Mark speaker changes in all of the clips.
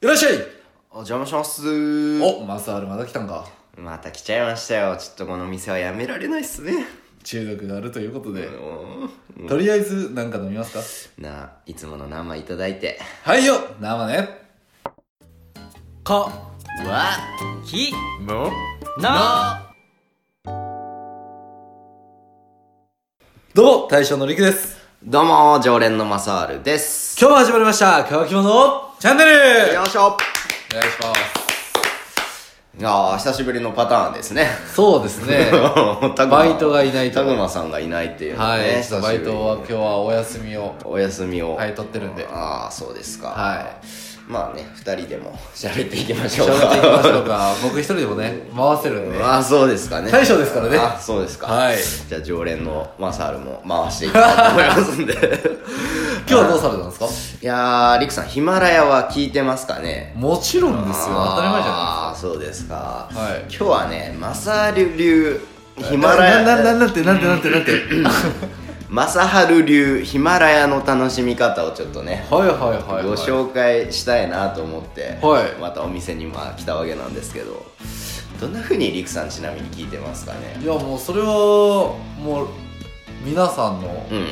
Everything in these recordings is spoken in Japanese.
Speaker 1: いらっしゃい
Speaker 2: お邪魔します
Speaker 1: おマサールまた来たんか
Speaker 2: また来ちゃいましたよちょっとこの店はやめられないっすね
Speaker 1: 中毒があるということで、
Speaker 2: うん
Speaker 1: とりあえず何か飲みますか
Speaker 2: なあいつもの生いただいて
Speaker 1: はいよ生ねか
Speaker 2: わ
Speaker 3: き
Speaker 2: も
Speaker 3: な
Speaker 1: どうも大将のりくです
Speaker 2: どうも常連のマサールです
Speaker 1: 今日も始まりました乾き物チャンネル
Speaker 2: よいしょ
Speaker 1: お願いします
Speaker 2: ああ久しぶりのパターンですね
Speaker 1: そうですね
Speaker 2: タグマ
Speaker 1: バイトがいないと
Speaker 2: タグマさんがいないっていうのね
Speaker 1: はい、
Speaker 2: 久しぶ
Speaker 1: バ
Speaker 2: り
Speaker 1: イ
Speaker 2: に
Speaker 1: トは今日はお休みを
Speaker 2: お休みを
Speaker 1: はい取ってるんで
Speaker 2: ああそうですか
Speaker 1: はい
Speaker 2: まあね二人でも喋っていきましょ
Speaker 1: 調
Speaker 2: う
Speaker 1: べ
Speaker 2: か
Speaker 1: て いきましょうか僕一人でもね回せるんで
Speaker 2: ああそうですかね
Speaker 1: 大将ですからね
Speaker 2: あそうですか
Speaker 1: はい
Speaker 2: じゃあ常連のマサールも回していきたいと思いますんで
Speaker 1: 今日はどうされたんですか
Speaker 2: いやーリクさんヒマラヤは聞いてますかね
Speaker 1: もちろんですよ当たり前じゃない
Speaker 2: いですかそうですか
Speaker 1: はい
Speaker 2: 今日はねマサール流ヒマラ
Speaker 1: ななな
Speaker 2: ヤ
Speaker 1: なんてなんてなんて なんて
Speaker 2: マサハル流ヒマラヤの楽しみ方をちょっとね
Speaker 1: はいはいはい、はい、
Speaker 2: ご紹介したいなと思って、
Speaker 1: はい
Speaker 2: またお店にまあ来たわけなんですけどどんなふうにリクさんちなみに聞いてますかね
Speaker 1: いやもうそれはもう皆さんの
Speaker 2: うんうんうん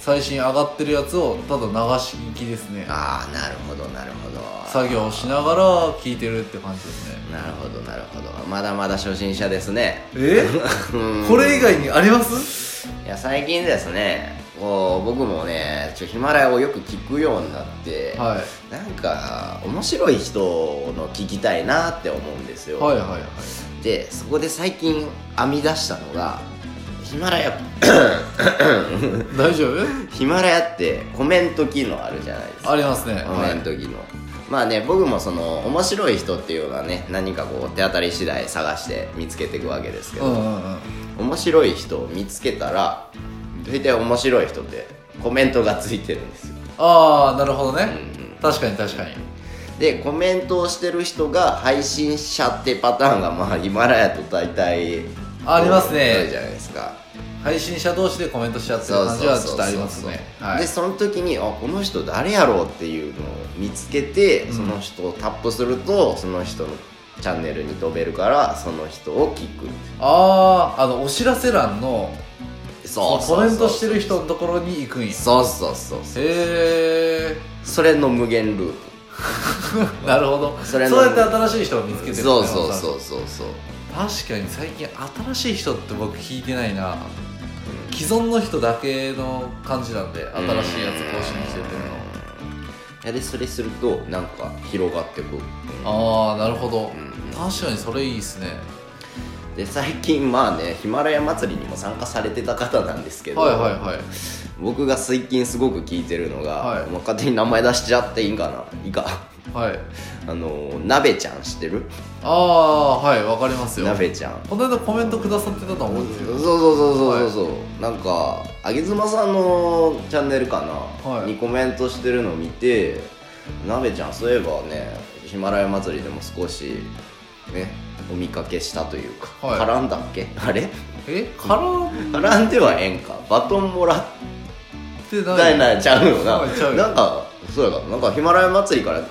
Speaker 1: 最新上がってるやつをただ流し聞きですね
Speaker 2: ああなるほどなるほど
Speaker 1: 作業しながら聞いてるって感じですね
Speaker 2: なるほどなるほどまだまだ初心者ですね
Speaker 1: え
Speaker 2: うん
Speaker 1: これ以外にあります
Speaker 2: いや最近ですねこう僕もねちょヒマラヤをよく聞くようになって、
Speaker 1: はい
Speaker 2: なんか面白い人の聞きたいなって思うんですよ、
Speaker 1: はいはいはい
Speaker 2: でそこで最近編み出したのがヒマラヤ
Speaker 1: 大丈夫
Speaker 2: ヒマラヤってコメント機能あるじゃないですか
Speaker 1: ありますね
Speaker 2: コ
Speaker 1: は
Speaker 2: メ
Speaker 1: い
Speaker 2: ント機能、まあね僕もその面白い人っていうのはね何かこう手当たり次第探して見つけていくわけですけ
Speaker 1: うん
Speaker 2: ど、
Speaker 1: うんうん
Speaker 2: 面白い人を見つけたら大体面白い人ってコメントがついてるんですよ、
Speaker 1: ああなるほどね、
Speaker 2: うんうん
Speaker 1: 確かに確かに
Speaker 2: でコメントをしてる人が配信者ってパターンがまあヒマラヤと大体
Speaker 1: ありますね
Speaker 2: 多いじゃないですか
Speaker 1: 配信者同士でコメントし合ってる感じはちょっとありますねは
Speaker 2: で
Speaker 1: い
Speaker 2: その時にあこの人誰やろうっていうのを見つけて
Speaker 1: うん
Speaker 2: その人をタップすると、その人のチャンネルに飛べるからその人を聞く
Speaker 1: あああのお知らせ欄の
Speaker 2: そうそうそう
Speaker 1: コメントしてる人のところに行くんや
Speaker 2: そうそうそうそう
Speaker 1: へえ
Speaker 2: それの無限ループ
Speaker 1: なるほど
Speaker 2: そ
Speaker 1: そ
Speaker 2: れの
Speaker 1: うやって新しい人を見つけてる
Speaker 2: そうそうそううそうそう
Speaker 1: 確かに最近新しい人って僕聞いてないな既存の人だけの感じなんで新しいやつ更新してってる
Speaker 2: いやでそれするとなんか広がってくる
Speaker 1: のああなるほど
Speaker 2: ん
Speaker 1: 確かにそれいいですね
Speaker 2: で最近まあねヒマラヤ祭りにも参加されてた方なんですけど、
Speaker 1: はいはいはい
Speaker 2: 僕が最近すごく聞いてるのが、
Speaker 1: はい
Speaker 2: もう勝手に名前出しちゃっていいんかないいか
Speaker 1: はい
Speaker 2: あの鍋ちゃん知ってる
Speaker 1: ああはいわかりますよ
Speaker 2: 鍋ちゃん
Speaker 1: この間コメントくださってたと思うんです
Speaker 2: そう
Speaker 1: よ
Speaker 2: そうそうそうそうそう、なんかあげずまさんのチャンネルかな、
Speaker 1: はい
Speaker 2: にコメントしてるのを見て鍋ちゃんそういえばねヒマラヤ祭りでも少しねお見かけしたというか、
Speaker 1: はい
Speaker 2: 絡んだっけ あれ
Speaker 1: え絡ん
Speaker 2: 絡んではええんかバトンもら
Speaker 1: で
Speaker 2: った
Speaker 1: ない
Speaker 2: いなちゃうよな、
Speaker 1: はいちゃうよ
Speaker 2: なんかそうやからなんかヒマラヤ祭りからい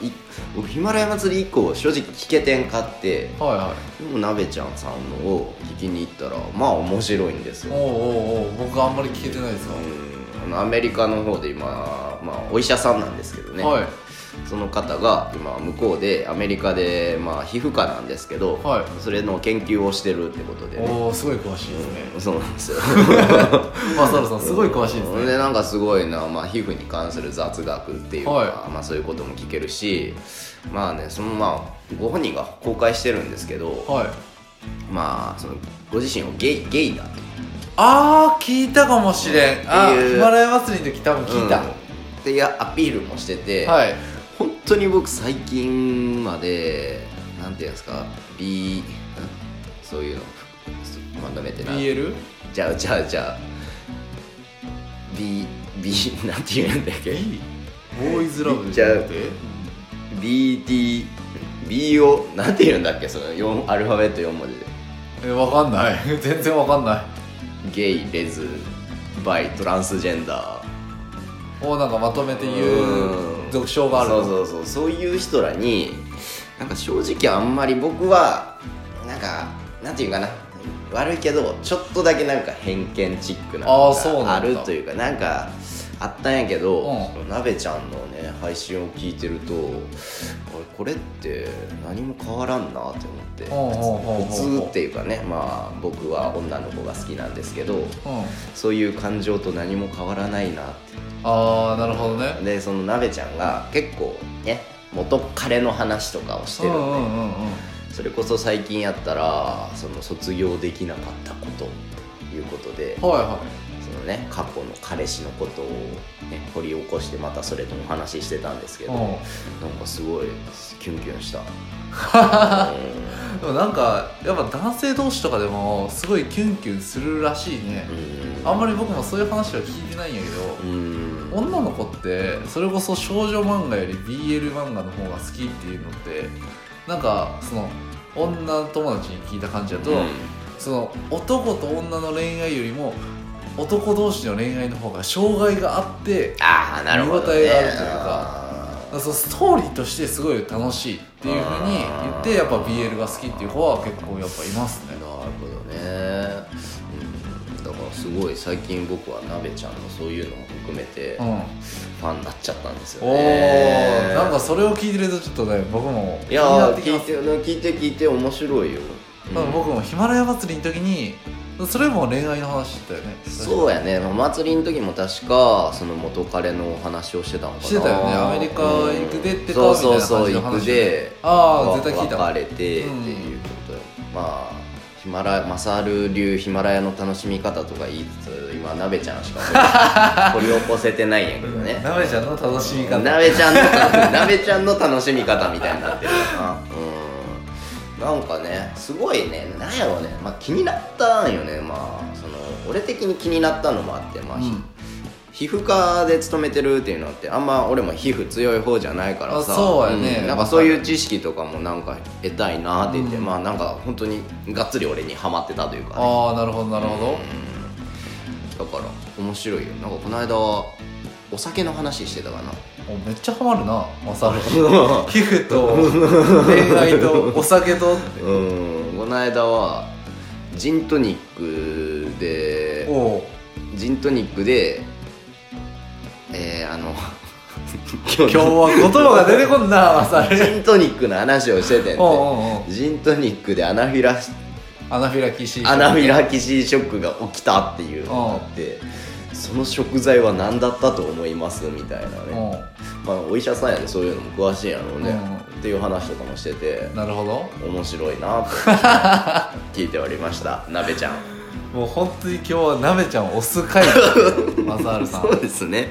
Speaker 2: 僕ヒマラヤ祭り以降正直聞けてんかって
Speaker 1: はいはい
Speaker 2: でもなべちゃんさんのを聞きに行ったらまあ面白いんです
Speaker 1: お
Speaker 2: よ
Speaker 1: うおうおう僕あんまり聞けてないですわ、
Speaker 2: うんあのアメリカの方で今、まあ、お医者さんなんですけどね、
Speaker 1: はい
Speaker 2: その方が今向こうでアメリカで、まあ、皮膚科なんですけど、
Speaker 1: はい
Speaker 2: それの研究をしてるってことでね
Speaker 1: おおすごい詳しい ですね、
Speaker 2: そうなんですよ
Speaker 1: マサルさん すごい詳しいですね、
Speaker 2: でなんかすごいな、まあ、皮膚に関する雑学っていうか、
Speaker 1: は
Speaker 2: まあ、そういうことも聞けるしまあねそのまあご本人が公開してるんですけど、
Speaker 1: はい
Speaker 2: まあそのご自身をゲイゲイだと
Speaker 1: あー聞いたかもしれんあ
Speaker 2: っていう
Speaker 1: ヒマラヤ祭りの時多分聞いた、
Speaker 2: うんっていうアピールもしてて、
Speaker 1: はい
Speaker 2: 本当に僕最近までなんていうんですか B そういうのまとめてない
Speaker 1: BL?
Speaker 2: じゃあじゃあじゃあ B B なんて言うんだっけ
Speaker 1: ボーイズラブで
Speaker 2: じ
Speaker 1: じ
Speaker 2: ゃ
Speaker 1: ゃ
Speaker 2: あ
Speaker 1: なくて
Speaker 2: BD B をなんて言うんだっけその四アルファベット4文字で
Speaker 1: えわかんない 全然わかんない
Speaker 2: ゲイレズバイトランスジェンダー
Speaker 1: おなんかまとめて言う
Speaker 2: う
Speaker 1: 俗称がある
Speaker 2: そうそうそうそういう人らになんか正直あんまり僕はなんかなんていうかな悪いけどちょっとだけなんか偏見チックな
Speaker 1: あーそう
Speaker 2: のが
Speaker 1: な
Speaker 2: あ
Speaker 1: んだ
Speaker 2: るというかなんかあったんやけど、
Speaker 1: う
Speaker 2: なべちゃんのね配信を聞いてると俺これって何も変わらんなって
Speaker 1: おうおうおうお
Speaker 2: 思
Speaker 1: う
Speaker 2: って普通っていうかねまあ僕は女の子が好きなんですけど
Speaker 1: うん
Speaker 2: そういう感情と何も変わらないなって
Speaker 1: ああなるほどね
Speaker 2: でそのなべちゃんが結構ね元彼の話とかをしてる
Speaker 1: うん
Speaker 2: で
Speaker 1: んうんうんうん
Speaker 2: それこそ最近やったらその卒業できなかったことということでそ
Speaker 1: はいは
Speaker 2: のね過去の彼氏のことを、ね、掘り起こしてまたそれとも話してたんですけ
Speaker 1: い
Speaker 2: ど
Speaker 1: うん
Speaker 2: なんかすごいキュンキュ ンした
Speaker 1: でもなんかやっぱ男性同士とかでもすごいキュンキュンするらしいね
Speaker 2: うん
Speaker 1: あんまり僕もそういう話は聞いてないんやけど
Speaker 2: うん
Speaker 1: 女の子ってそれこそ少女漫画より BL 漫画の方が好きっていうのってなんかその女友達に聞いた感じだと、
Speaker 2: うん
Speaker 1: その男と女の恋愛よりも男同士の恋愛の方が障害があって
Speaker 2: ああなるほど、
Speaker 1: 見
Speaker 2: ね、
Speaker 1: 応えがあるという
Speaker 2: か
Speaker 1: そのストーリーとしてすごい楽しいっていうふうに言ってやっぱ BL が好きっていう子は結構やっぱいます
Speaker 2: な
Speaker 1: ね
Speaker 2: るほどね、うん、だからすごい最近僕はなべちゃんのそういうのも含めて
Speaker 1: う
Speaker 2: フ
Speaker 1: ん
Speaker 2: ァンになっちゃったんですよ
Speaker 1: おお、
Speaker 2: ね
Speaker 1: なんかそれを聞いてるとちょっとね僕も
Speaker 2: い
Speaker 1: 気にな
Speaker 2: や
Speaker 1: っ
Speaker 2: ー
Speaker 1: てき
Speaker 2: 聞
Speaker 1: ま
Speaker 2: い
Speaker 1: す
Speaker 2: て聞いて聞いて面白いよ、うん
Speaker 1: まあ僕もヒマラヤ祭りの時にそれも恋愛の話だったよね
Speaker 2: そうやね、まあ、祭りの時も確かその元彼のお話をしてたのかな
Speaker 1: してたよねアメリカ行くでってか
Speaker 2: うん
Speaker 1: みたい
Speaker 2: そう
Speaker 1: な
Speaker 2: そ
Speaker 1: 感
Speaker 2: う
Speaker 1: じ
Speaker 2: そ
Speaker 1: の
Speaker 2: う
Speaker 1: 話
Speaker 2: 行くで
Speaker 1: ああ絶対聞いた
Speaker 2: 別れてっていうことよ、まあヒマラヤマサール流ヒマラヤの楽しみ方とか言いつつ今なべちゃん しか掘り掘り起こせてないんやけどね
Speaker 1: なべちゃんの楽しみ方
Speaker 2: なべちゃんの楽なべちゃんの楽しみ方みたいになってるなうんなんかねすごいねなんやろうね、まあ、気になったんよねまあその俺的に気になったのもあってまあ、
Speaker 1: うん
Speaker 2: 皮膚科で勤めてるっていうのってあんま俺も皮膚強い方じゃないからさ
Speaker 1: あそうやね
Speaker 2: んなんかそういう知識とかもなんか得たいなって言って、
Speaker 1: うん
Speaker 2: まあなんか本当にがっつり俺にはまってたというか、ね、
Speaker 1: ああなるほどなるほど、
Speaker 2: だから面白いよなんかこの間お酒の話してたかな
Speaker 1: もうめっちゃハマるなマサル皮膚と恋愛とお酒と
Speaker 2: うんこの間はジントニックで
Speaker 1: おお
Speaker 2: ジントニックでえー、あの今
Speaker 1: 今日は言葉が出てこんなマサル
Speaker 2: ジントニックの話をしててん
Speaker 1: おうおうお
Speaker 2: でジントニックでアナフィラキシ
Speaker 1: アナフィラキシー
Speaker 2: アナフィラキシーショックが起きたっていうのがあってその食材は何だったと思いますみたいなねまあお医者さんやでそういうのも詳しいんやろうね
Speaker 1: う
Speaker 2: っていう話とかもしてて
Speaker 1: うんなるほど
Speaker 2: 面白いなって聞いておりましたなべちゃん
Speaker 1: もう本当に今日はなべちゃんを押す回だねマサルさん
Speaker 2: そうですね。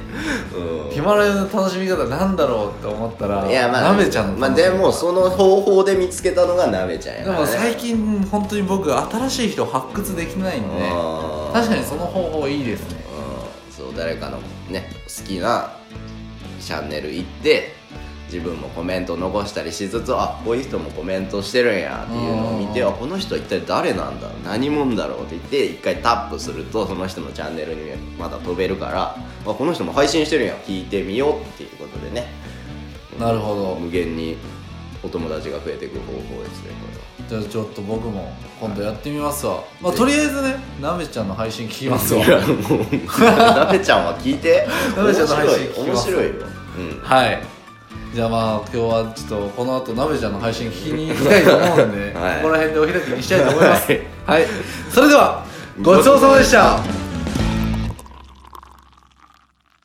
Speaker 2: うん
Speaker 1: ヒマラヤの楽しみ方なんだろうって思ったら
Speaker 2: いやまあ、
Speaker 1: なべちゃんの
Speaker 2: まあ
Speaker 1: 楽しみ
Speaker 2: で
Speaker 1: 方
Speaker 2: もその方法で見つけたのがなべちゃんや
Speaker 1: で
Speaker 2: から、ね、
Speaker 1: も最近本当に僕新しい人発掘できないんで
Speaker 2: あー
Speaker 1: 確かにその方法いいですね
Speaker 2: うんそう誰かのね好きなチャンネル行って自分もコメント残したりしつつあこういう人もコメントしてるんやっていうのを見て
Speaker 1: うん
Speaker 2: あこの人一体誰なんだ何者だろうって言って一回タップするとその人のチャンネルにまた飛べるからあこの人も配信してるんや聞いてみようっていうことでね
Speaker 1: なるほど
Speaker 2: 無限にお友達が増えていく方法ですねこ
Speaker 1: じゃあちょっと僕も今度やってみますわまあとりあえずねなべちゃんの配信聞きます わ
Speaker 2: れはいやもうなべちゃんは聞いて
Speaker 1: なべちゃんの配信聞き
Speaker 2: 面
Speaker 1: ます
Speaker 2: 白い面白いよ、うん、
Speaker 1: はいじゃあまあ今日はちょっとこの後なべちゃんの配信聞きに行きたいと思うんで、
Speaker 2: はい
Speaker 1: ここら辺でお開きにしたいと思いますはい、それではごちそうさまでした